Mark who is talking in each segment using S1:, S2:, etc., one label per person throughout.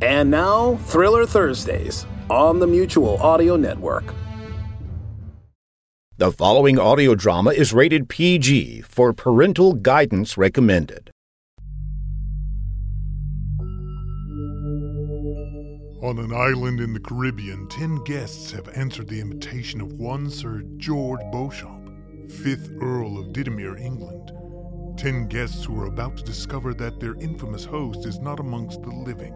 S1: And now, Thriller Thursdays on the Mutual Audio Network.
S2: The following audio drama is rated PG for parental guidance recommended.
S3: On an island in the Caribbean, ten guests have answered the invitation of one Sir George Beauchamp, 5th Earl of Didymere, England. Ten guests who are about to discover that their infamous host is not amongst the living.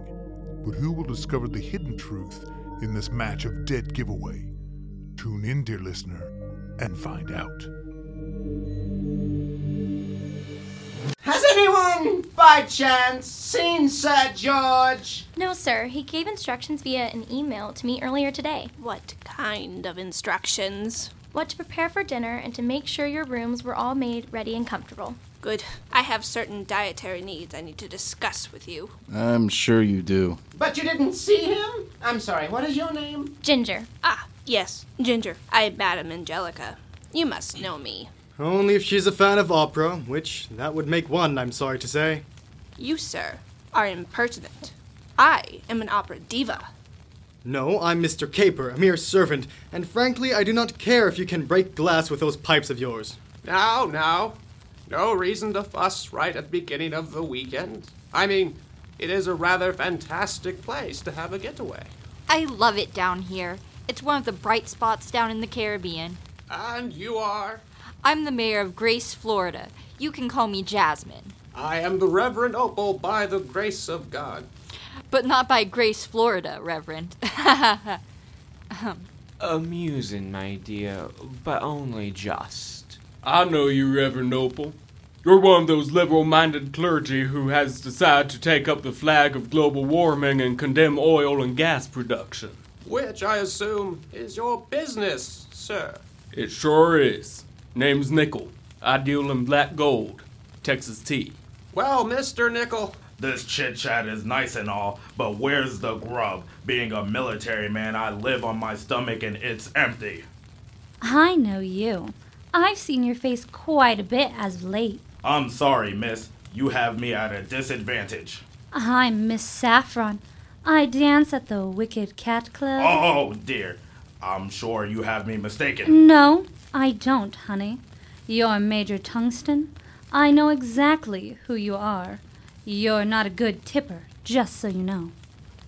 S3: But who will discover the hidden truth in this match of dead giveaway? Tune in, dear listener, and find out.
S4: Has anyone, by chance, seen Sir George?
S5: No, sir. He gave instructions via an email to me earlier today.
S6: What kind of instructions?
S5: What to prepare for dinner and to make sure your rooms were all made ready and comfortable.
S6: Good. I have certain dietary needs I need to discuss with you.
S7: I'm sure you do.
S4: But you didn't see him? I'm sorry, what is your name?
S5: Ginger,
S6: Ah, yes, Ginger. I am Madame Angelica. You must know me.
S8: Only if she's a fan of opera, which that would make one, I'm sorry to say.
S6: You, sir, are impertinent. I am an opera diva.
S8: No, I'm Mr. Caper, a mere servant, and frankly, I do not care if you can break glass with those pipes of yours.
S9: Now, now. No reason to fuss right at the beginning of the weekend. I mean, it is a rather fantastic place to have a getaway.
S10: I love it down here. It's one of the bright spots down in the Caribbean.
S9: And you are?
S10: I'm the mayor of Grace, Florida. You can call me Jasmine,
S9: I am the Reverend Opal by the grace of God.
S10: but not by Grace, Florida, Reverend.
S11: Amusing, my dear, but only just.
S12: I know you, Reverend Opal. You're one of those liberal minded clergy who has decided to take up the flag of global warming and condemn oil and gas production.
S9: Which I assume is your business, sir.
S12: It sure is. Name's Nickel. I deal in black gold, Texas tea.
S9: Well, Mr. Nickel,
S13: This chit chat is nice and all, but where's the grub? Being a military man, I live on my stomach and it's empty.
S14: I know you. I've seen your face quite a bit as of late.
S13: I'm sorry, miss. You have me at a disadvantage.
S14: I'm Miss Saffron. I dance at the Wicked Cat Club.
S13: Oh dear. I'm sure you have me mistaken.
S14: No, I don't, honey. You're Major Tungsten. I know exactly who you are. You're not a good tipper, just so you know.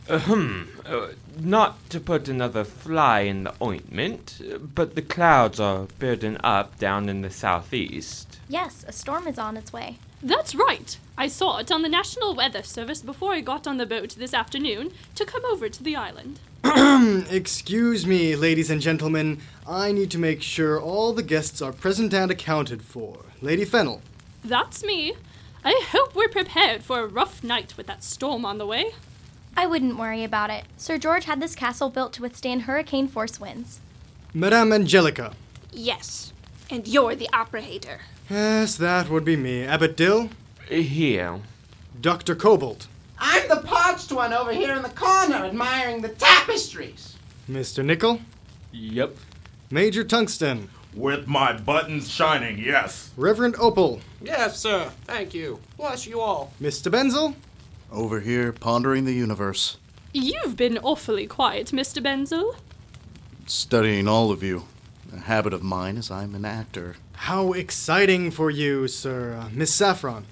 S11: Ahem. Uh, not to put another fly in the ointment, but the clouds are building up down in the southeast.
S5: yes, a storm is on its way.
S15: That's right. I saw it on the National Weather Service before I got on the boat this afternoon to come over to the island.
S8: Excuse me, ladies and gentlemen. I need to make sure all the guests are present and accounted for. Lady Fennel.
S15: That's me. I hope we're prepared for a rough night with that storm on the way.
S5: I wouldn't worry about it. Sir George had this castle built to withstand hurricane force winds.
S8: Madame Angelica.
S6: Yes, and you're the opera hater.
S8: Yes, that would be me. Abbot Dill.
S11: Here.
S8: Dr. Kobold.
S4: I'm the parched one over here in the corner admiring the tapestries.
S8: Mr. Nickel.
S12: Yep.
S8: Major Tungsten.
S13: With my buttons shining, yes.
S8: Reverend Opal.
S9: yes, sir. Thank you. Bless you all.
S8: Mr. Benzel.
S7: Over here, pondering the universe,
S15: You've been awfully quiet, Mr. Benzel.
S7: studying all of you. A habit of mine is I'm an actor.
S8: How exciting for you, sir. Uh, Miss Saffron.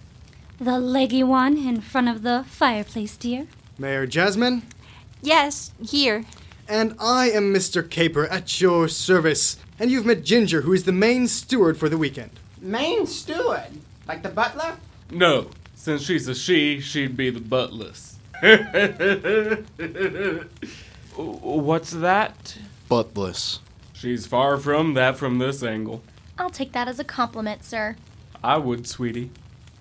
S14: The leggy one in front of the fireplace, dear.
S8: Mayor Jasmine.
S10: yes, here.
S8: And I am Mr. Caper at your service. And you've met Ginger, who is the main steward for the weekend.
S4: Main steward? Like the butler?
S12: No, since she's a she, she'd be the buttless.
S11: What's that?
S7: Buttless.
S12: She's far from that from this angle.
S5: I'll take that as a compliment, sir.
S12: I would, sweetie.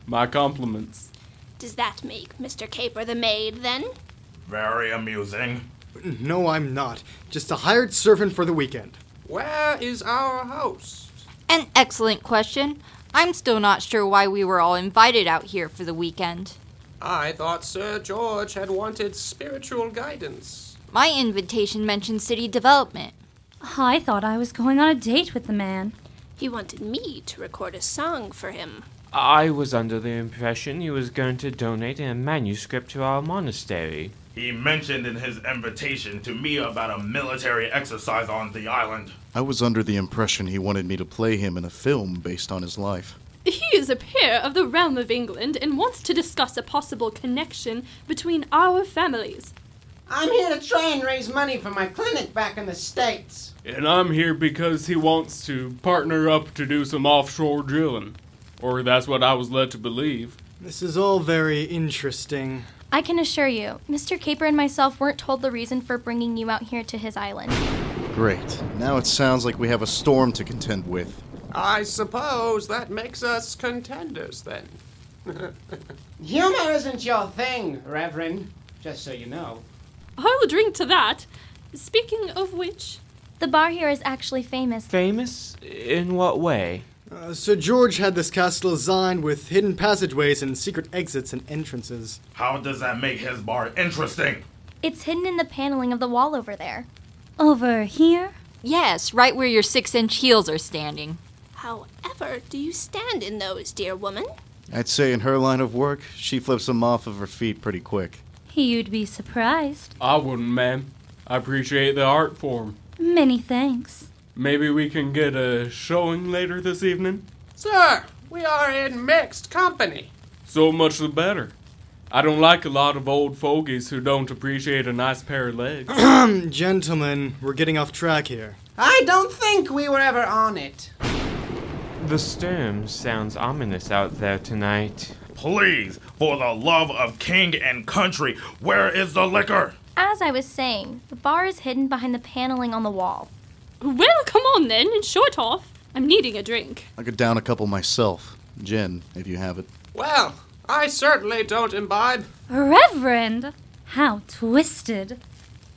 S12: My compliments.
S6: Does that make Mr. Caper the maid, then?
S13: Very amusing.
S8: No, I'm not. Just a hired servant for the weekend.
S9: Where is our host?
S10: An excellent question. I'm still not sure why we were all invited out here for the weekend.
S9: I thought Sir George had wanted spiritual guidance.
S10: My invitation mentioned city development.
S14: I thought I was going on a date with the man.
S6: He wanted me to record a song for him.
S11: I was under the impression he was going to donate a manuscript to our monastery.
S13: He mentioned in his invitation to me about a military exercise on the island.
S7: I was under the impression he wanted me to play him in a film based on his life.
S15: He is a peer of the realm of England and wants to discuss a possible connection between our families.
S4: I'm here to try and raise money for my clinic back in the States.
S12: And I'm here because he wants to partner up to do some offshore drilling. Or that's what I was led to believe.
S8: This is all very interesting.
S5: I can assure you, Mr. Caper and myself weren't told the reason for bringing you out here to his island.
S7: Great. Now it sounds like we have a storm to contend with.
S9: I suppose that makes us contenders then.
S4: Humor isn't your thing, Reverend, just so you know.
S15: I'll drink to that. Speaking of which,
S5: The bar here is actually famous.
S11: Famous? In what way?
S8: Uh, Sir George had this castle designed with hidden passageways and secret exits and entrances.
S13: How does that make his bar interesting?
S5: It's hidden in the paneling of the wall over there.
S14: Over here?
S10: Yes, right where your six inch heels are standing.
S6: However, do you stand in those, dear woman?
S7: I'd say in her line of work, she flips him off of her feet pretty quick.
S14: You'd be surprised.
S12: I wouldn't, ma'am. I appreciate the art form.
S14: Many thanks.
S12: Maybe we can get a showing later this evening?
S9: Sir, we are in mixed company.
S12: So much the better. I don't like a lot of old fogies who don't appreciate a nice pair of legs.
S8: Gentlemen, we're getting off track here.
S4: I don't think we were ever on it.
S11: The storm sounds ominous out there tonight.
S13: Please, for the love of king and country, where is the liquor?
S5: As I was saying, the bar is hidden behind the paneling on the wall.
S15: well, come on then and show it off. I'm needing a drink.
S7: I could down a couple myself. Gin, if you have it.
S9: Well, I certainly don't imbibe.
S14: Reverend! How twisted.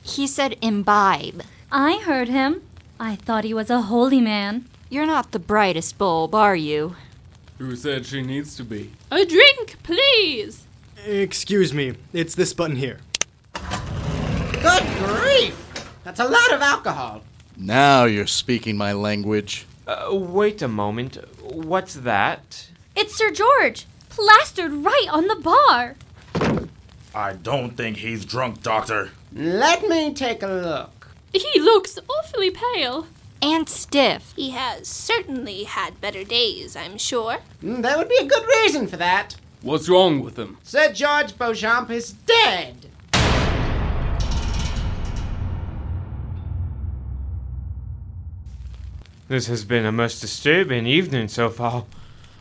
S10: He said imbibe.
S14: I heard him. I thought he was a holy man.
S10: You're not the brightest bulb, are you?
S12: who said she needs to be?
S15: A drink, please.
S8: Excuse me, it's this button here.
S4: Good grief! That's a lot of alcohol.
S7: Now you're speaking my language.
S11: Uh, wait a moment. What's that?
S14: It's Sir George, plastered right on the bar.
S13: I don't think he's drunk, Doctor.
S4: Let me take a look.
S15: He looks awfully pale.
S10: And stiff.
S6: He has certainly had better days, I'm sure.
S4: Mm, There would be a good reason for that.
S12: What's wrong with him?
S4: Sir George Beauchamp is dead.
S11: This has been a most disturbing evening so far.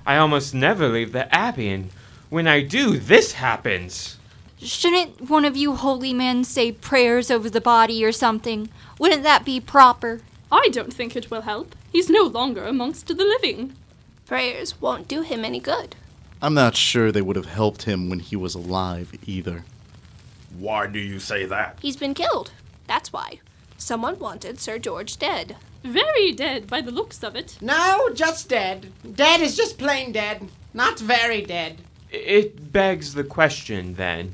S11: I almost never leave the abbey, and when I do, this happens.
S10: Shouldn't one of you holy men say prayers over the body or something? Wouldn't that be proper?
S15: I don't think it will help. He's no longer amongst the living.
S6: Prayers won't do him any good.
S7: I'm not sure they would have helped him when he was alive either.
S13: Why do you say that?
S6: He's been killed. That's why. Someone wanted Sir George dead.
S15: Very dead by the looks of it.
S4: No, just dead. Dead is just plain dead. Not very dead.
S11: It begs the question then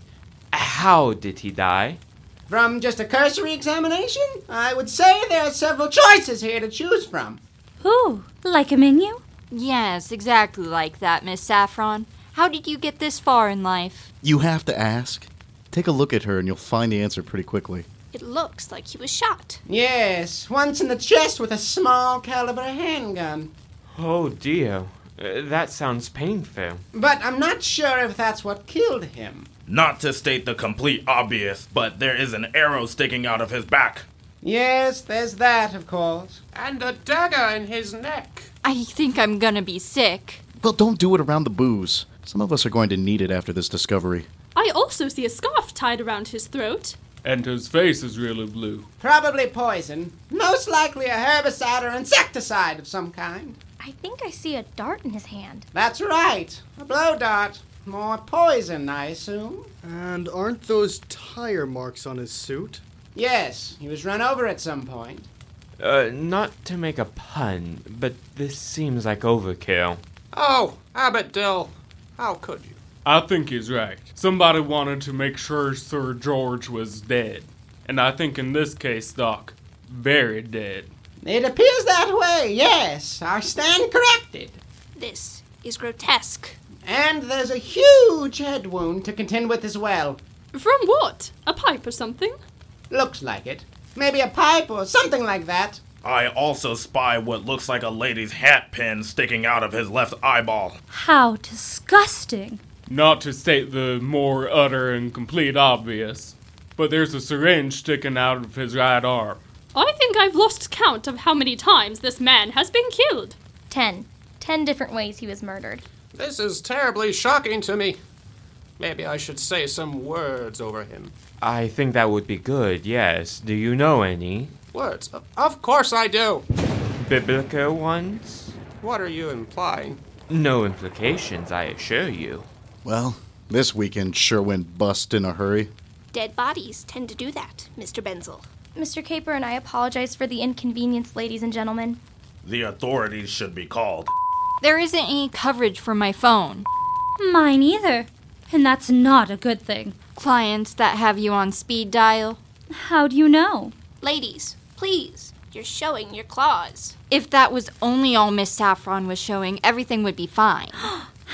S11: how did he die?
S4: From just a cursory examination, I would say there are several choices here to choose from.
S14: Ooh, like a menu?
S10: Yes, exactly like that, Miss Saffron. How did you get this far in life?
S7: You have to ask. Take a look at her and you'll find the answer pretty quickly.
S6: It looks like he was shot.
S4: Yes, once in the chest with a small caliber handgun.
S11: Oh dear, Uh, that sounds painful.
S4: But I'm not sure if that's what killed him.
S13: Not to state the complete obvious, but there is an arrow sticking out of his back.
S4: Yes, there's that, of course.
S9: And a dagger in his neck.
S10: I think I'm gonna be sick.
S7: Well, don't do it around the booze. Some of us are going to need it after this discovery.
S15: I also see a scarf tied around his throat.
S12: And his face is really blue.
S4: Probably poison. Most likely a herbicide or insecticide of some kind.
S5: I think I see a dart in his hand.
S4: That's right, a blow dart. More poison, I assume.
S8: And aren't those tire marks on his suit?
S4: Yes, he was run over at some point.
S11: Uh, not to make a pun, but this seems like overkill.
S9: Oh, Abbott Dill, how could you?
S12: I think he's right. Somebody wanted to make sure Sir George was dead. And I think in this case, Doc, very dead.
S4: It appears that way, yes. I stand corrected.
S6: This is grotesque.
S4: And there's a huge head wound to contend with as well.
S15: From what? A pipe or something?
S4: Looks like it. Maybe a pipe or something like that.
S13: I also spy what looks like a lady's hat pin sticking out of his left eyeball.
S14: How disgusting!
S12: Not to state the more utter and complete obvious, but there's a syringe sticking out of his right arm.
S15: I think I've lost count of how many times this man has been killed.
S5: Ten. Ten different ways he was murdered.
S9: This is terribly shocking to me. Maybe I should say some words over him.
S11: I think that would be good, yes. Do you know any?
S9: Words? Of- Of course I do.
S11: Biblical ones?
S9: What are you implying?
S11: No implications, I assure you.
S7: Well, this weekend sure went bust in a hurry.
S6: Dead bodies tend to do that, Mr. Benzel.
S5: Mr. Caper and I apologize for the inconvenience, ladies and gentlemen.
S13: The authorities should be called.
S10: There isn't any coverage for my phone.
S14: Mine either. And that's not a good thing.
S10: Clients that have you on speed dial.
S14: How do you know?
S6: Ladies, please, you're showing your claws.
S10: If that was only all Miss Saffron was showing, everything would be fine.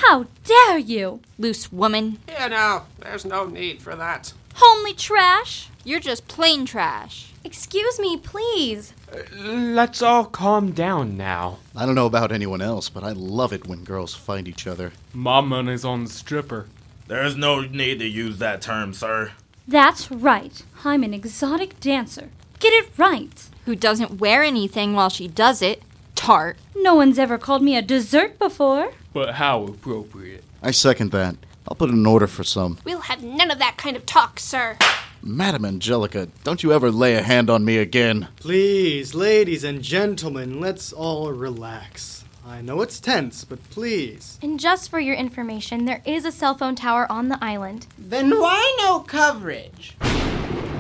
S14: How dare you!
S10: Loose woman.
S9: Yeah, no, there's no need for that.
S10: Homely trash. You're just plain trash.
S5: Excuse me, please.
S11: Uh, Let's all calm down now.
S7: I don't know about anyone else, but I love it when girls fight each other.
S12: My money's on the stripper.
S13: There's no need to use that term, sir.
S14: That's right. I'm an exotic dancer. Get it right.
S10: Who doesn't wear anything while she does it. Tart.
S14: No one's ever called me a dessert before.
S12: But how appropriate.
S7: I second that. I'll put an order for some.
S6: We'll have none of that kind of talk, sir.
S7: Madam Angelica, don't you ever lay a hand on me again.
S8: Please, ladies and gentlemen, let's all relax. I know it's tense, but please.
S5: And just for your information, there is a cell phone tower on the island.
S4: Then why no coverage?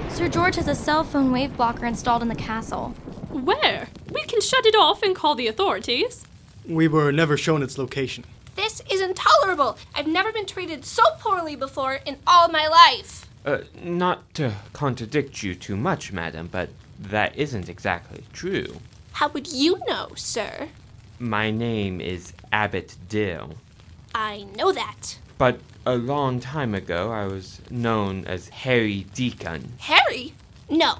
S5: Sir George has a cell phone wave blocker installed in the castle.
S15: Where? We can shut it off and call the authorities.
S8: We were never shown its location.
S6: This is intolerable. I've never been treated so poorly before in all my life.
S11: Uh, not to contradict you too much, madam, but that isn't exactly true.
S6: How would you know, sir?
S11: My name is Abbott Dill,
S6: I know that.
S11: but a long time ago I was known as Harry Deacon.
S6: Harry? No,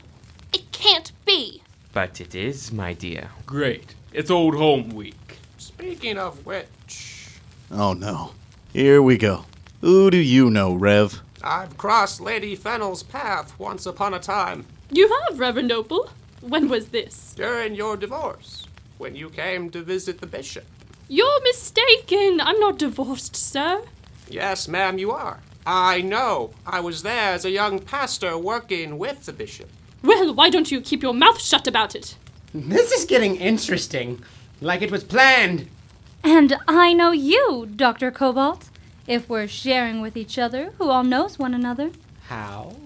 S6: it can't be.
S11: But it is, my dear.
S12: Great. It's old home week.
S9: Speaking of which,
S7: Oh no. Here we go. Who do you know, Rev?
S9: I've crossed Lady Fennel's path once upon a time
S15: You have, Reverend Opal. When was this?
S9: during your divorce when you came to visit the bishop.
S15: You're mistaken. I'm not divorced, sir.
S9: Yes, ma'am, you are. I know. I was there as a young pastor working with the bishop.
S15: Well, why don't you keep your mouth shut about it?
S4: This is getting interesting. Like it was planned.
S14: And I know you, Dr. Cobalt. If we're sharing with each other, who all knows one another.
S4: How?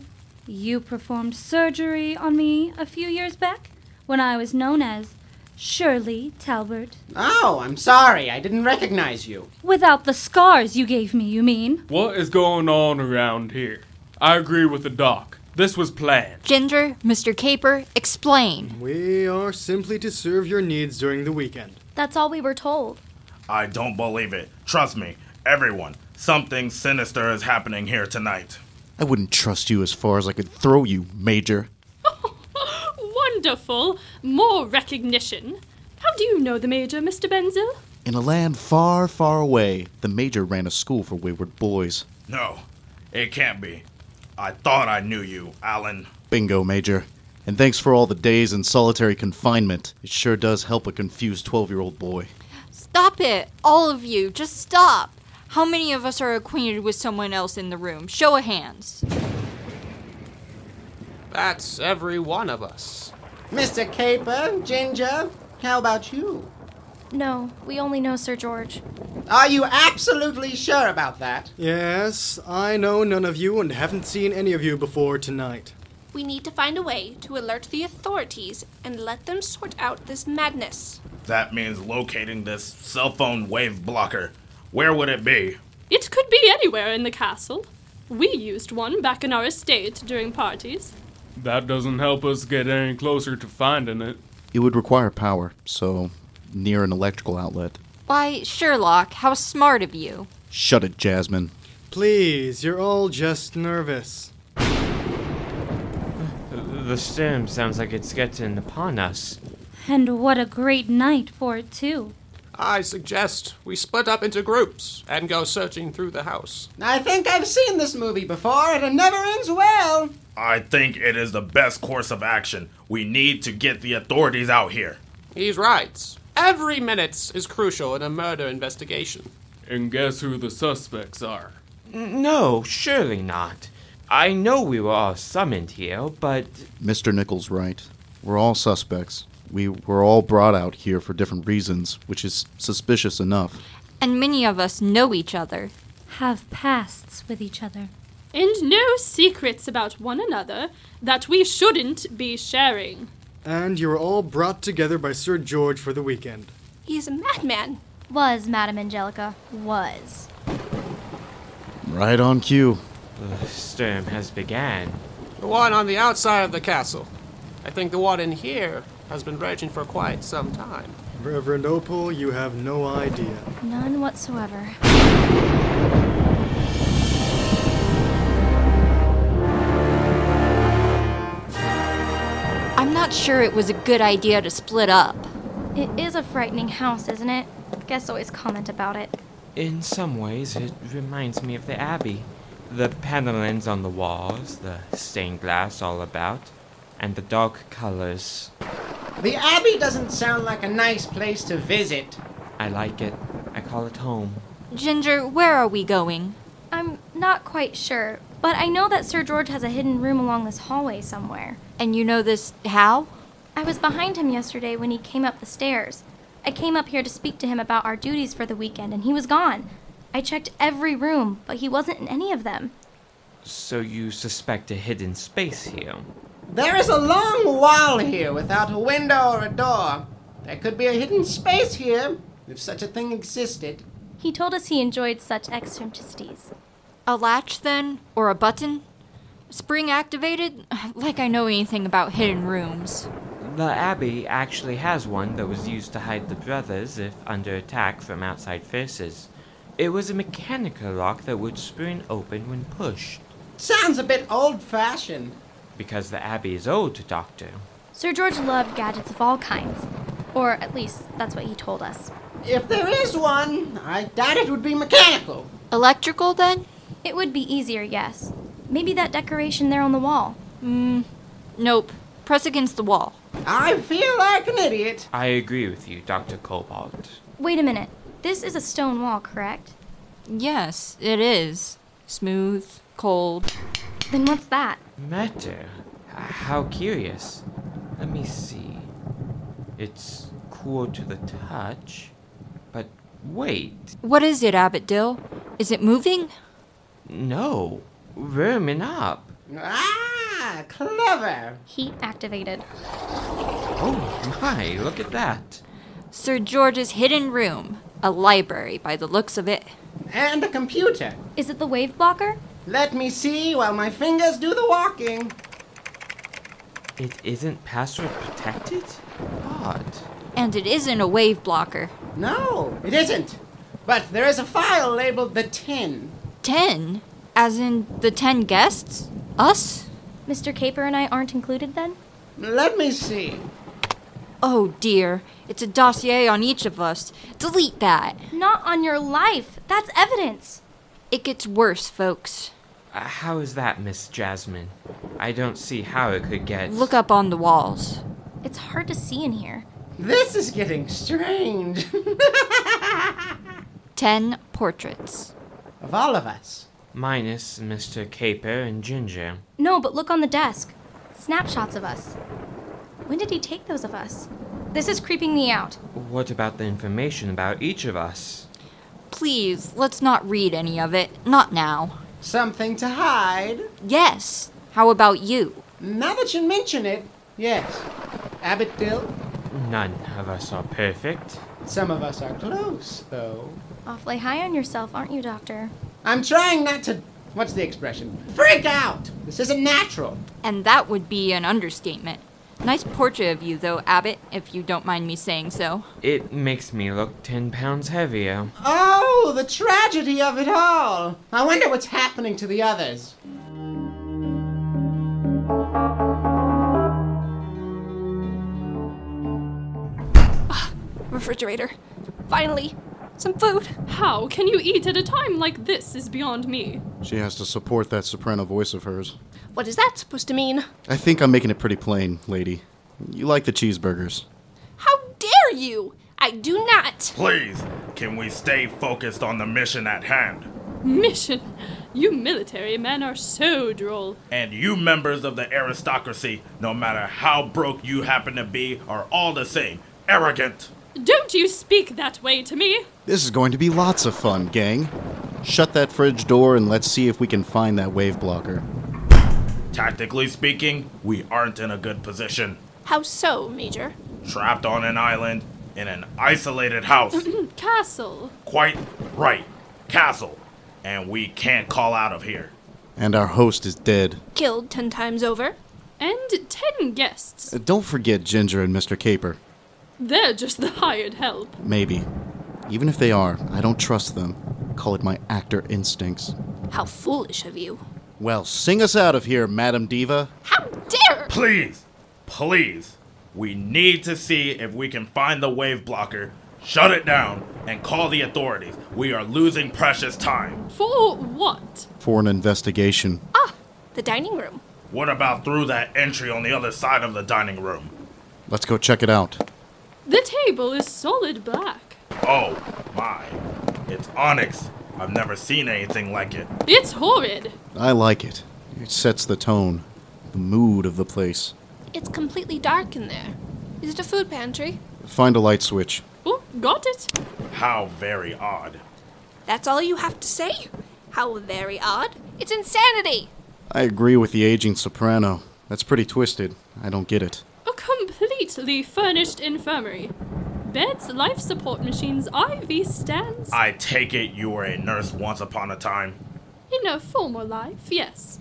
S14: You performed surgery on me a few years back when I was known as Shirley Talbert.
S4: Oh, I'm sorry. I didn't recognize you.
S14: Without the scars you gave me, you mean?
S12: What is going on around here? I agree with the doc. This was planned.
S10: Ginger, Mr. Caper, explain.
S8: We are simply to serve your needs during the weekend.
S5: That's all we were told.
S13: I don't believe it. Trust me, everyone. Something sinister is happening here tonight.
S7: I wouldn't trust you as far as I could throw you, Major.
S15: Wonderful. More recognition. How do you know the Major, Mr. Benzel?
S7: In a land far, far away, the Major ran a school for wayward boys.
S13: No, it can't be. I thought I knew you, Alan.
S7: Bingo, Major. And thanks for all the days in solitary confinement. It sure does help a confused 12 year old boy.
S10: Stop it, all of you. Just stop. How many of us are acquainted with someone else in the room? Show of hands.
S9: That's every one of us.
S4: Oh, Mr. Caper, Ginger, how about you?
S5: No, we only know Sir George.
S4: Are you absolutely sure about that?
S8: Yes, I know none of you and haven't seen any of you before tonight.
S6: We need to find a way to alert the authorities and let them sort out this madness.
S13: That means locating this cell phone wave blocker. Where would it be?
S15: It could be anywhere in the castle. We used one back in our estate during parties.
S12: That doesn't help us get any closer to finding it.
S7: It would require power, so near an electrical outlet.
S10: Why, Sherlock, how smart of you.
S7: Shut it, Jasmine.
S8: Please, you're all just nervous.
S11: The storm sounds like it's getting upon us.
S14: And what a great night for it, too.
S9: I suggest we split up into groups and go searching through the house.
S4: I think I've seen this movie before, and it never ends well.
S13: I think it is the best course of action. We need to get the authorities out here.
S9: He's right. Every minute is crucial in a murder investigation.
S12: And guess who the suspects are?
S11: N- No, surely not. I know we were all summoned here, but
S7: Mr. Nichols' right. We're all suspects. We were all brought out here for different reasons, which is suspicious enough.
S10: And many of us know each other.
S14: Have pasts with each other.
S15: And no secrets about one another that we shouldn't be sharing.
S8: And you were all brought together by Sir George for the weekend.
S6: He's a madman.
S5: Was Madame Angelica. Was.
S7: Right on cue.
S11: the storm has began.
S9: The one on the outside of the castle. I think the one in here has been raging for quite some time.
S8: Reverend Opal, you have no idea.
S5: None whatsoever.
S10: I'm not sure it was a good idea to split up.
S5: It is a frightening house, isn't it? Guests always comment about it.
S11: In some ways, it reminds me of the Abbey. The panelings on the walls, the stained glass all about, and the dark colors.
S4: The Abbey doesn't sound like a nice place to visit.
S11: I like it. I call it home.
S10: Ginger, where are we going?
S5: I'm not quite sure, but I know that Sir George has a hidden room along this hallway somewhere.
S10: And you know this how?
S5: I was behind him yesterday when he came up the stairs. I came up here to speak to him about our duties for the weekend, and he was gone. I checked every room, but he wasn't in any of them.
S11: So you suspect a hidden space here?
S4: There is a long wall here without a window or a door. There could be a hidden space here, if such a thing existed.
S5: He told us he enjoyed such eccentricities.
S10: A latch, then? Or a button? Spring activated? Like I know anything about hidden rooms.
S11: The Abbey actually has one that was used to hide the brothers if under attack from outside forces. It was a mechanical lock that would spring open when pushed.
S4: Sounds a bit old fashioned.
S11: Because the Abbey is old, Doctor.
S5: Sir George loved gadgets of all kinds, or at least that's what he told us.
S4: If there is one, I doubt it would be mechanical.
S10: Electrical, then?
S5: It would be easier, yes. Maybe that decoration there on the wall.
S10: Mm, nope. Press against the wall.
S4: I feel like an idiot.
S11: I agree with you, Dr. Cobalt.
S5: Wait a minute. This is a stone wall, correct?
S10: Yes, it is. Smooth, cold.
S5: Then what's that?
S11: Matter? H- How curious. Let me see. It's cool to the touch, but wait.
S10: What is it, Abbott Dill? Is it moving?
S11: No. Warming up.
S4: Ah, clever.
S5: Heat activated.
S11: Oh my, look at that.
S10: Sir George's hidden room. A library, by the looks of it.
S4: And a computer.
S5: Is it the wave blocker?
S4: Let me see while my fingers do the walking.
S11: It isn't password protected? Odd.
S10: And it isn't a wave blocker.
S4: No, it isn't. But there is a file labeled the 10.
S10: Ten? As in the ten guests? Us?
S5: Mr. Caper and I aren't included then?
S4: Let me see.
S10: Oh dear. It's a dossier on each of us. Delete that.
S5: Not on your life. That's evidence.
S10: It gets worse, folks.
S11: Uh, how is that, Miss Jasmine? I don't see how it could get.
S10: Look up on the walls.
S5: It's hard to see in here.
S4: This is getting strange.
S10: Ten portraits.
S4: of all of us.
S11: Minus Mr. Caper and Ginger.
S5: No, but look on the desk. Snapshots of us. When did he take those of us? This is creeping me out.
S11: What about the information about each of us?
S10: Please, let's not read any of it. Not now.
S4: Something to hide?
S10: Yes. How about you?
S4: Now that you mention it, yes. Abbott Dill,
S11: None of us are perfect.
S4: some of us are close, though.
S5: Awfully high on yourself, aren't you, Doctor?
S4: I'm trying not to. What's the expression? Freak out! This isn't natural.
S10: And that would be an understatement. Nice portrait of you, though, Abbott, if you don't mind me saying so.
S11: It makes me look ten pounds heavier.
S4: Oh, the tragedy of it all! I wonder what's happening to the others.
S6: Refrigerator. Finally, some food.
S15: How can you eat at a time like this is beyond me.
S7: She has to support that soprano voice of hers.
S6: What is that supposed to mean?
S7: I think I'm making it pretty plain, lady. You like the cheeseburgers.
S6: Dare you? I do not.
S13: Please, can we stay focused on the mission at hand?
S15: Mission. You military men are so droll.
S13: And you members of the aristocracy, no matter how broke you happen to be, are all the same arrogant.
S15: Don't you speak that way to me.
S7: This is going to be lots of fun, gang. Shut that fridge door and let's see if we can find that wave blocker.
S13: Tactically speaking, we aren't in a good position.
S6: How so, Major?
S13: Trapped on an island in an isolated house.
S15: Castle.
S13: Quite right. Castle. And we can't call out of here.
S7: And our host is dead.
S6: Killed ten times over.
S15: And ten guests.
S7: Uh, Don't forget Ginger and Mr. Caper.
S15: They're just the hired help.
S7: Maybe. Even if they are, I don't trust them. Call it my actor instincts.
S6: How foolish of you.
S7: Well, sing us out of here, Madam Diva.
S6: Dare!
S13: Please, please, we need to see if we can find the wave blocker, shut it down, and call the authorities. We are losing precious time.
S15: For what?
S7: For an investigation.
S6: The dining room.
S13: What about through that entry on the other side of the dining room?
S7: Let's go check it out.
S15: The table is solid black.
S13: Oh, my. It's onyx. I've never seen anything like it.
S15: It's horrid.
S7: I like it. It sets the tone, the mood of the place.
S6: It's completely dark in there. Is it a food pantry?
S7: Find a light switch.
S15: Oh, got it.
S13: How very odd.
S6: That's all you have to say? How very odd. It's insanity!
S7: I agree with the aging soprano. That's pretty twisted. I don't get it.
S15: A completely furnished infirmary. Beds, life support machines, IV stands.
S13: I take it you were a nurse once upon a time.
S15: In a former life, yes.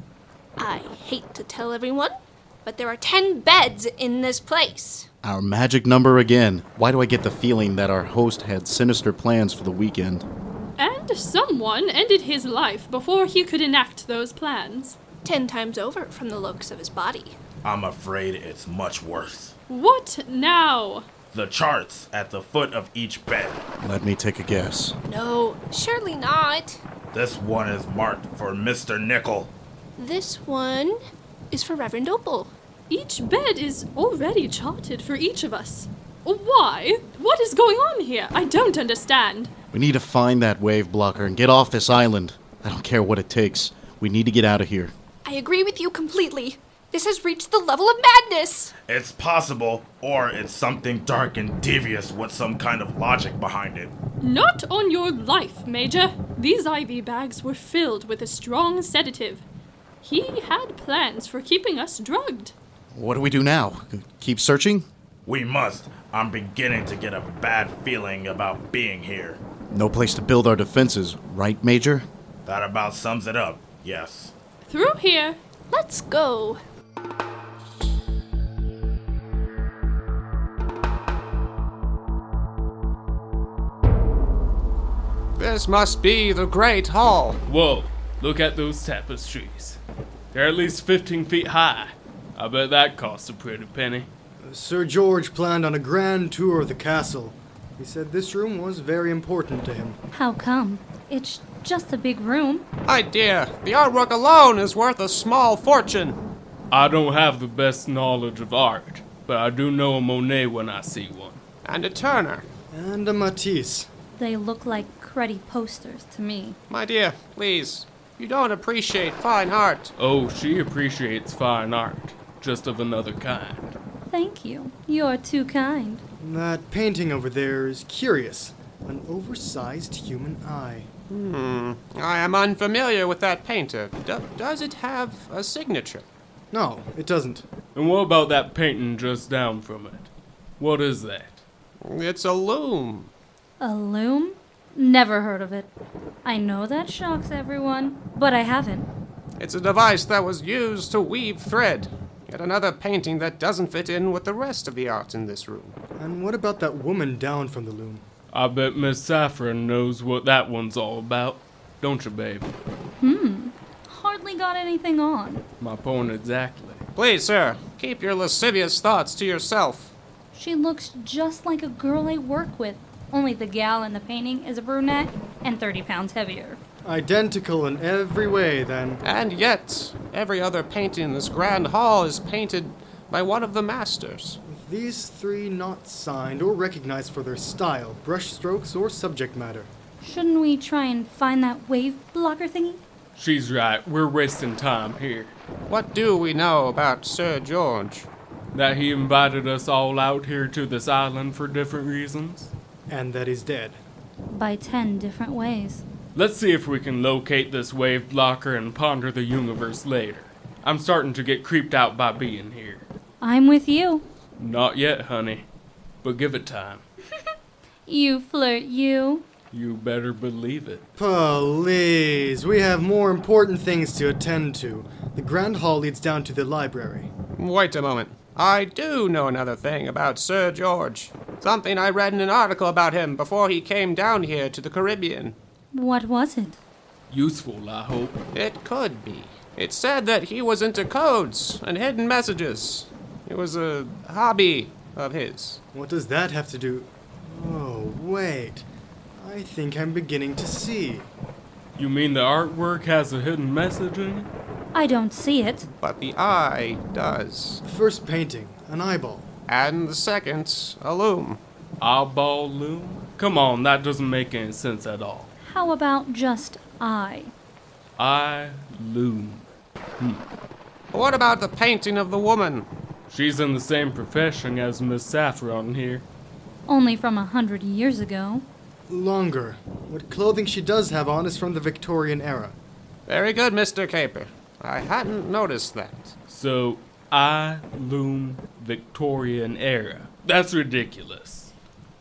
S6: I hate to tell everyone, but there are ten beds in this place.
S7: Our magic number again. Why do I get the feeling that our host had sinister plans for the weekend?
S15: And someone ended his life before he could enact those plans.
S6: Ten times over from the looks of his body.
S13: I'm afraid it's much worse.
S15: What now?
S13: The charts at the foot of each bed.
S7: Let me take a guess.
S6: No, surely not.
S13: This one is marked for Mr. Nickel.
S6: This one is for Reverend Opal.
S15: Each bed is already charted for each of us. Why? What is going on here? I don't understand.
S7: We need to find that wave blocker and get off this island. I don't care what it takes. We need to get out of here.
S6: I agree with you completely. This has reached the level of madness.
S13: It's possible, or it's something dark and devious with some kind of logic behind it.
S15: Not on your life, Major. These IV bags were filled with a strong sedative. He had plans for keeping us drugged.
S7: What do we do now? Keep searching?
S13: We must. I'm beginning to get a bad feeling about being here.
S7: No place to build our defenses, right, Major?
S13: That about sums it up, yes.
S15: Through here.
S6: Let's go.
S16: This must be the Great Hall.
S12: Whoa, look at those tapestries. They're at least 15 feet high. I bet that cost a pretty penny.
S8: Sir George planned on a grand tour of the castle. He said this room was very important to him.
S14: How come? It's just a big room.
S16: My dear, the artwork alone is worth a small fortune.
S12: I don't have the best knowledge of art, but I do know a Monet when I see one.
S16: And a Turner.
S8: And a Matisse.
S14: They look like cruddy posters to me.
S16: My dear, please, you don't appreciate fine art.
S12: Oh, she appreciates fine art, just of another kind.
S14: Thank you. You're too kind.
S8: That painting over there is curious. An oversized human eye.
S9: Hmm. I am unfamiliar with that painter. D- does it have a signature?
S8: No, it doesn't.
S12: And what about that painting just down from it? What is that?
S9: It's a loom.
S14: A loom? Never heard of it. I know that shocks everyone, but I haven't.
S9: It's a device that was used to weave thread. Yet another painting that doesn't fit in with the rest of the art in this room.
S8: And what about that woman down from the loom?
S12: I bet Miss Saffron knows what that one's all about. Don't you, babe?
S14: Hmm. Hardly got anything on.
S12: My point exactly.
S9: Please, sir, keep your lascivious thoughts to yourself.
S14: She looks just like a girl I work with, only the gal in the painting is a brunette and 30 pounds heavier.
S8: Identical in every way, then.
S9: And yet, every other painting in this grand hall is painted by one of the masters.
S8: With these three not signed or recognized for their style, brushstrokes, or subject matter.
S14: Shouldn't we try and find that wave blocker thingy?
S12: She's right. We're wasting time here.
S9: What do we know about Sir George?
S12: That he invited us all out here to this island for different reasons?
S8: And that he's dead.
S14: By 10 different ways.
S12: Let's see if we can locate this wave blocker and ponder the universe later. I'm starting to get creeped out by being here.
S14: I'm with you.
S12: Not yet, honey. But give it time.
S14: You flirt, you.
S12: You better believe it.
S8: Please, we have more important things to attend to. The Grand Hall leads down to the library.
S9: Wait a moment. I do know another thing about Sir George. Something I read in an article about him before he came down here to the Caribbean.
S14: What was it?
S12: Useful, I hope.
S9: It could be. It said that he was into codes and hidden messages. It was a hobby uh, of his.
S8: What does that have to do? Oh, wait. I think I'm beginning to see.
S12: You mean the artwork has a hidden message in it?
S14: I don't see it.
S9: But the eye does.
S8: The first painting, an eyeball.
S9: And the second, a loom.
S12: Eyeball loom? Come on, that doesn't make any sense at all.
S14: How about just I?
S12: I loom. Hmm.
S9: What about the painting of the woman?
S12: She's in the same profession as Miss Saffron here.
S14: Only from a hundred years ago.
S8: Longer. What clothing she does have on is from the Victorian era.
S9: Very good, Mr. Caper. I hadn't noticed that.
S12: So, I loom Victorian era. That's ridiculous.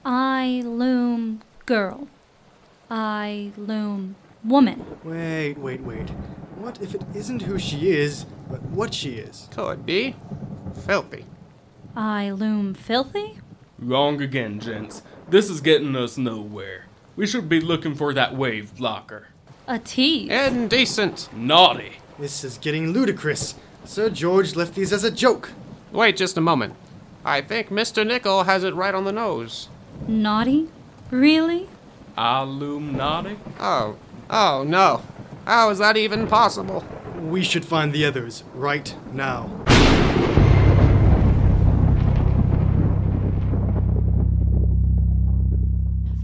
S14: I loom girl. I loom woman.
S8: Wait, wait, wait. What if it isn't who she is, but what she is?
S9: Could be. Filthy.
S14: I loom filthy?
S12: Wrong again, gents. This is getting us nowhere. We should be looking for that wave blocker.
S14: A tease.
S9: Indecent.
S12: Naughty.
S8: This is getting ludicrous. Sir George left these as a joke.
S9: Wait just a moment. I think Mr. Nickel has it right on the nose.
S14: Naughty? Really?
S12: Illuminati?
S9: Oh, oh no. How is that even possible?
S8: We should find the others right now.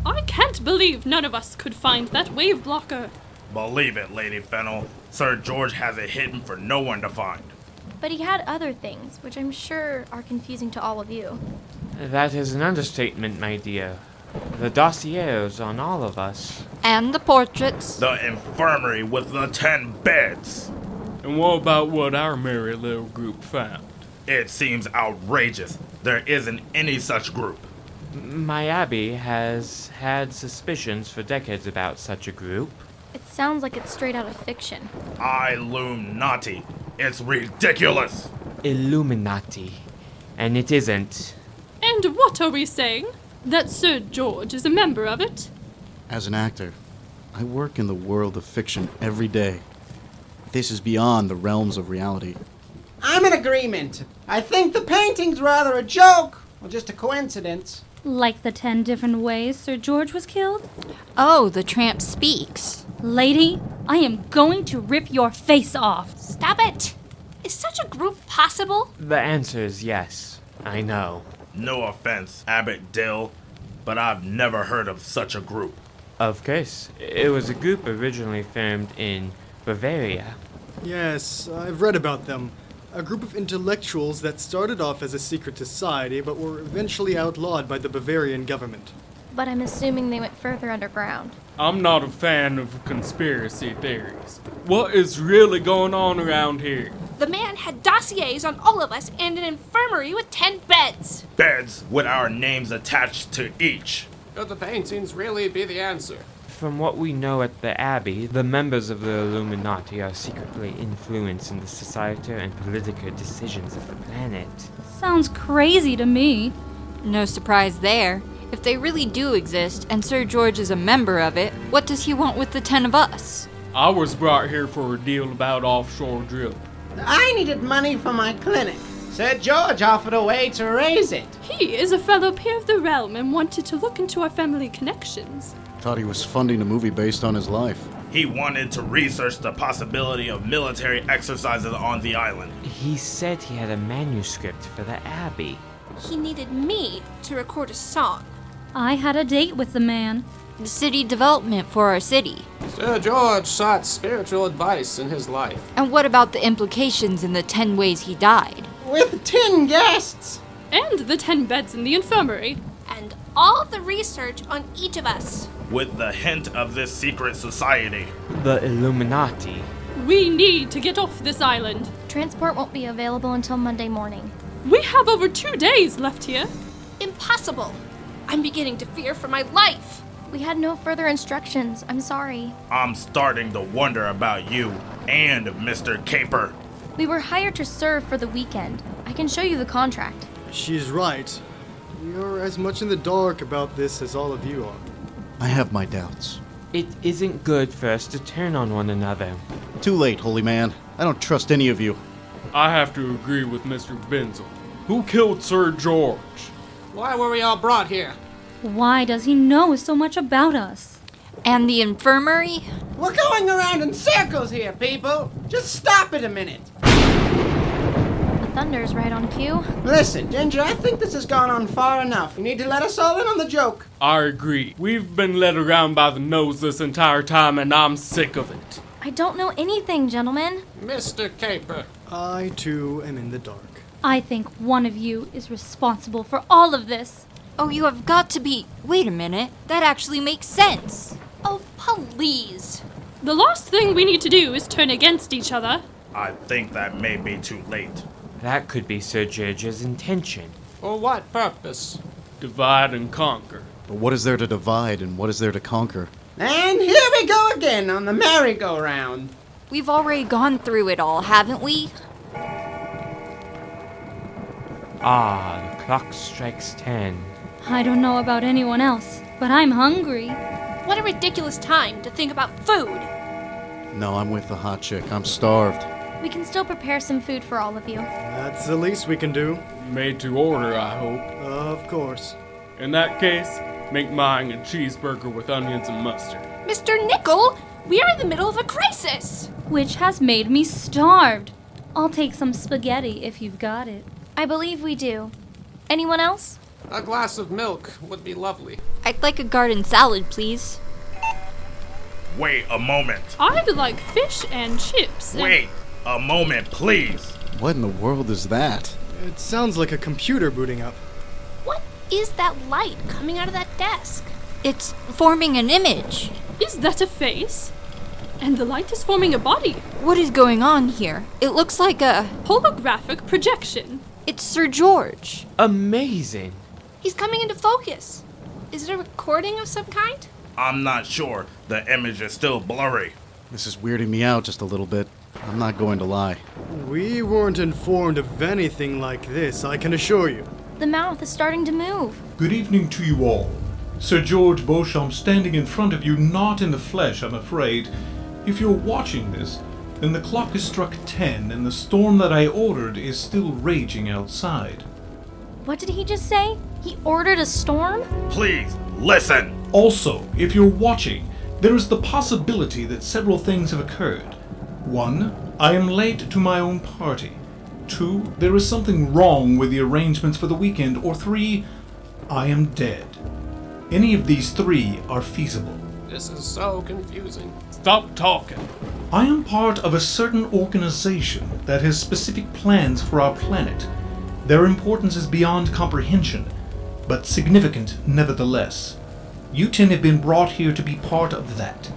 S15: I can't believe none of us could find that wave blocker.
S13: Believe it, Lady Fennel. Sir George has it hidden for no one to find.
S5: But he had other things, which I'm sure are confusing to all of you.
S11: That is an understatement, my dear. The dossiers on all of us.
S10: And the portraits.
S13: The infirmary with the ten beds.
S12: And what about what our merry little group found?
S13: It seems outrageous. There isn't any such group.
S11: My abbey has had suspicions for decades about such a group.
S5: It sounds like it's straight out of fiction.
S13: I loom naughty. It's ridiculous.
S11: Illuminati. And it isn't.
S15: And what are we saying? That Sir George is a member of it?
S7: As an actor, I work in the world of fiction every day. This is beyond the realms of reality.
S4: I'm in agreement. I think the painting's rather a joke, or just a coincidence.
S14: Like the ten different ways Sir George was killed?
S10: Oh, the tramp speaks.
S14: Lady, I am going to rip your face off.
S6: Stop it! Is such a group possible?
S11: The answer is yes. I know.
S13: No offense, Abbott Dill, but I've never heard of such a group.
S11: Of course. It was a group originally formed in Bavaria.
S8: Yes, I've read about them. a group of intellectuals that started off as a secret society but were eventually outlawed by the Bavarian government.
S5: But I'm assuming they went further underground.
S12: I'm not a fan of conspiracy theories. What is really going on around here?
S6: The man had dossiers on all of us and an infirmary with 10 beds.
S13: Beds with our names attached to each.
S9: Could the paintings really be the answer?
S11: From what we know at the Abbey, the members of the Illuminati are secretly influencing the societal and political decisions of the planet.
S14: Sounds crazy to me.
S17: No surprise there. If they really do exist, and Sir George is a member of it, what does he want with the ten of us?
S12: I was brought here for a deal about offshore drilling.
S4: I needed money for my clinic. Sir George offered a way to raise it.
S15: He is a fellow peer of the realm and wanted to look into our family connections.
S7: Thought he was funding a movie based on his life.
S13: He wanted to research the possibility of military exercises on the island.
S11: He said he had a manuscript for the Abbey.
S6: He needed me to record a song.
S14: I had a date with the man.
S17: The city development for our city.
S9: Sir George sought spiritual advice in his life.
S17: And what about the implications in the ten ways he died?
S4: With ten guests!
S15: And the ten beds in the infirmary.
S6: And all the research on each of us.
S13: With the hint of this secret society.
S11: The Illuminati.
S15: We need to get off this island.
S5: Transport won't be available until Monday morning.
S15: We have over two days left here.
S6: Impossible. I'm beginning to fear for my life.
S5: We had no further instructions. I'm sorry.
S13: I'm starting to wonder about you and Mr. Caper.
S5: We were hired to serve for the weekend. I can show you the contract.
S8: She's right. We are as much in the dark about this as all of you are.
S7: I have my doubts.
S11: It isn't good for us to turn on one another.
S7: Too late, holy man. I don't trust any of you.
S12: I have to agree with Mr. Benzel. Who killed Sir George?
S16: Why were we all brought here?
S14: Why does he know so much about us?
S17: And the infirmary?
S4: We're going around in circles here, people. Just stop it a minute.
S5: The thunder's right on cue.
S4: Listen, Ginger, I think this has gone on far enough. You need to let us all in on the joke.
S12: I agree. We've been led around by the nose this entire time, and I'm sick of it.
S5: I don't know anything, gentlemen.
S16: Mr. Caper.
S8: I, too, am in the dark.
S14: I think one of you is responsible for all of this.
S17: Oh, you have got to be. Wait a minute. That actually makes sense.
S6: Oh, please.
S15: The last thing we need to do is turn against each other.
S13: I think that may be too late.
S11: That could be Sir George's intention.
S16: For what purpose?
S12: Divide and conquer.
S7: But what is there to divide and what is there to conquer?
S9: Eh?
S4: And here we go again on the merry-go-round.
S17: We've already gone through it all, haven't we?
S11: Ah, the clock strikes ten.
S14: I don't know about anyone else, but I'm hungry.
S6: What a ridiculous time to think about food.
S7: No, I'm with the hot chick. I'm starved.
S5: We can still prepare some food for all of you.
S8: That's the least we can do.
S12: Made to order, I hope.
S8: Of course.
S12: In that case, make mine a cheeseburger with onions and mustard.
S6: Mr. Nickel, we are in the middle of a crisis.
S14: Which has made me starved. I'll take some spaghetti if you've got it.
S5: I believe we do. Anyone else?
S16: A glass of milk would be lovely.
S17: I'd like a garden salad, please.
S13: Wait a moment.
S15: I'd like fish and chips. and-
S13: Wait a moment, please.
S7: What in the world is that?
S8: It sounds like a computer booting up.
S6: What is that light coming out of that desk?
S17: It's forming an image.
S15: Is that a face? And the light is forming a body.
S17: What is going on here? It looks like a.
S15: Holographic projection.
S17: It's Sir George.
S11: Amazing.
S6: He's coming into focus. Is it a recording of some kind?
S13: I'm not sure. The image is still blurry.
S7: This is weirding me out just a little bit. I'm not going to lie.
S8: We weren't informed of anything like this, I can assure you.
S5: The mouth is starting to move.
S18: Good evening to you all. Sir George Beauchamp standing in front of you, not in the flesh, I'm afraid. If you're watching this, then the clock has struck ten and the storm that I ordered is still raging outside.
S5: What did he just say? He ordered a storm?
S13: Please, listen.
S18: Also, if you're watching, there is the possibility that several things have occurred. One, I am late to my own party. Two, there is something wrong with the arrangements for the weekend. Or three, I am dead. Any of these three are feasible.
S9: This is so confusing.
S12: Stop talking.
S18: I am part of a certain organization that has specific plans for our planet. Their importance is beyond comprehension, but significant nevertheless. You ten have been brought here to be part of that.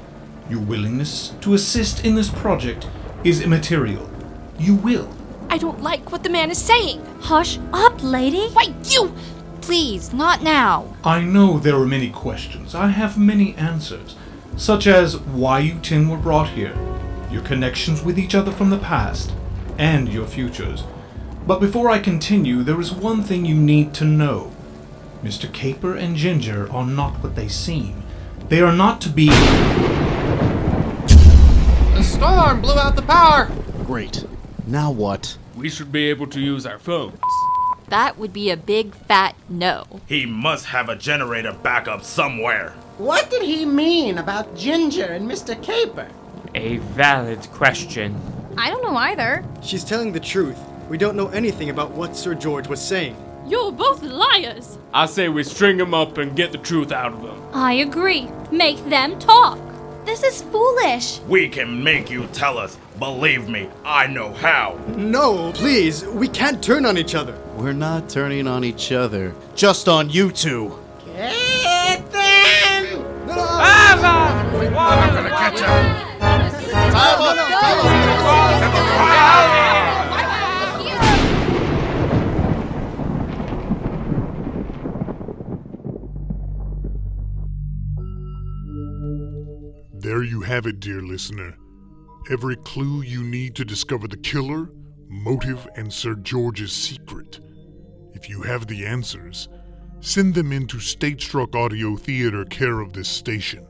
S18: Your willingness to assist in this project is immaterial. You will.
S6: I don't like what the man is saying.
S10: Hush up, lady.
S6: Why, you!
S17: Please, not now.
S18: I know there are many questions. I have many answers, such as why you ten were brought here, your connections with each other from the past, and your futures. But before I continue, there is one thing you need to know. Mr. Caper and Ginger are not what they seem. They are not to be.
S9: The storm blew out the power.
S7: Great. Now what?
S12: We should be able to use our phone.
S17: That would be a big fat no.
S13: He must have a generator backup somewhere.
S4: What did he mean about Ginger and Mr. Caper?
S11: A valid question.
S5: I don't know either.
S8: She's telling the truth. We don't know anything about what Sir George was saying.
S15: You're both liars.
S12: I say we string him up and get the truth out of him.
S14: I agree. Make them talk.
S5: This is foolish.
S13: We can make you tell us. Believe me, I know how.
S8: No, please, we can't turn on each other.
S7: We're not turning on each other, just on you two.
S4: Get them!
S16: I'm gonna get you.
S3: There you have it, dear listener. Every clue you need to discover the killer, motive, and Sir George's secret. If you have the answers, send them in to State Struck Audio Theater care of this station.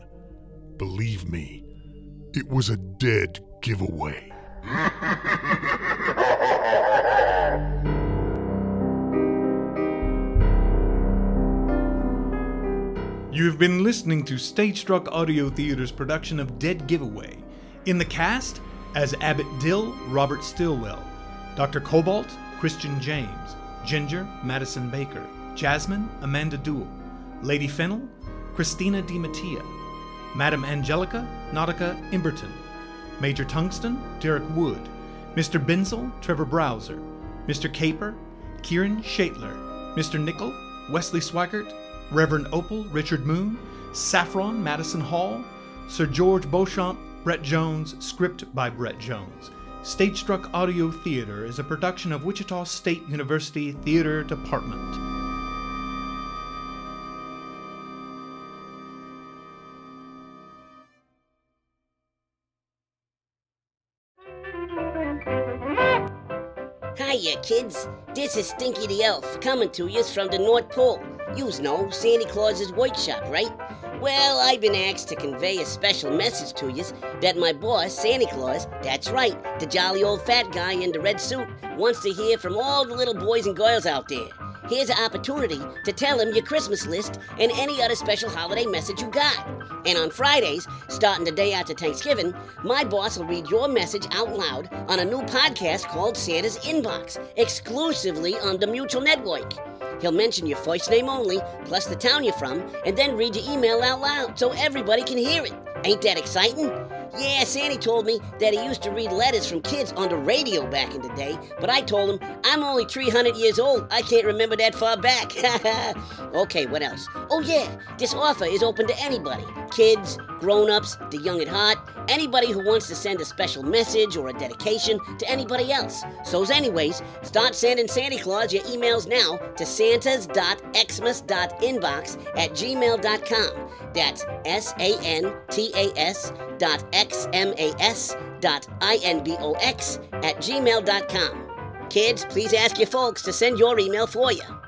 S3: Believe me, it was a dead giveaway.
S18: You've been listening to Stage Struck Audio Theater's production of Dead Giveaway. In the cast, as Abbott Dill, Robert Stillwell, Dr. Cobalt, Christian James, Ginger, Madison Baker, Jasmine, Amanda Duell, Lady Fennel, Christina DiMattia, Madam Angelica, Nautica Imberton, Major Tungsten, Derek Wood, Mr. Benzel, Trevor Browser, Mr. Caper, Kieran Shatler, Mr. Nickel, Wesley Swigert, Reverend Opal, Richard Moon, Saffron, Madison Hall, Sir George Beauchamp, Brett Jones, script by Brett Jones. Stage Struck Audio Theater is a production of Wichita State University Theater Department.
S19: Hiya, kids. This is Stinky the Elf coming to you from the North Pole. Yous know Santa Claus's workshop, right? Well, I've been asked to convey a special message to yous that my boss, Santa Claus, that's right, the jolly old fat guy in the red suit, wants to hear from all the little boys and girls out there. Here's an opportunity to tell him your Christmas list and any other special holiday message you got. And on Fridays, starting the day after Thanksgiving, my boss will read your message out loud on a new podcast called Santa's Inbox, exclusively on the Mutual Network. He'll mention your first name only, plus the town you're from, and then read your email out loud so everybody can hear it. Ain't that exciting? Yeah, Sandy told me that he used to read letters from kids on the radio back in the day, but I told him I'm only 300 years old. I can't remember that far back. okay, what else? Oh, yeah, this offer is open to anybody kids, grown ups, the young at heart, anybody who wants to send a special message or a dedication to anybody else. So, anyways, start sending Santa Claus your emails now to santas.xmas.inbox at gmail.com. That's S A N T A S dot X M A S dot I N B O X at gmail.com. Kids, please ask your folks to send your email for you.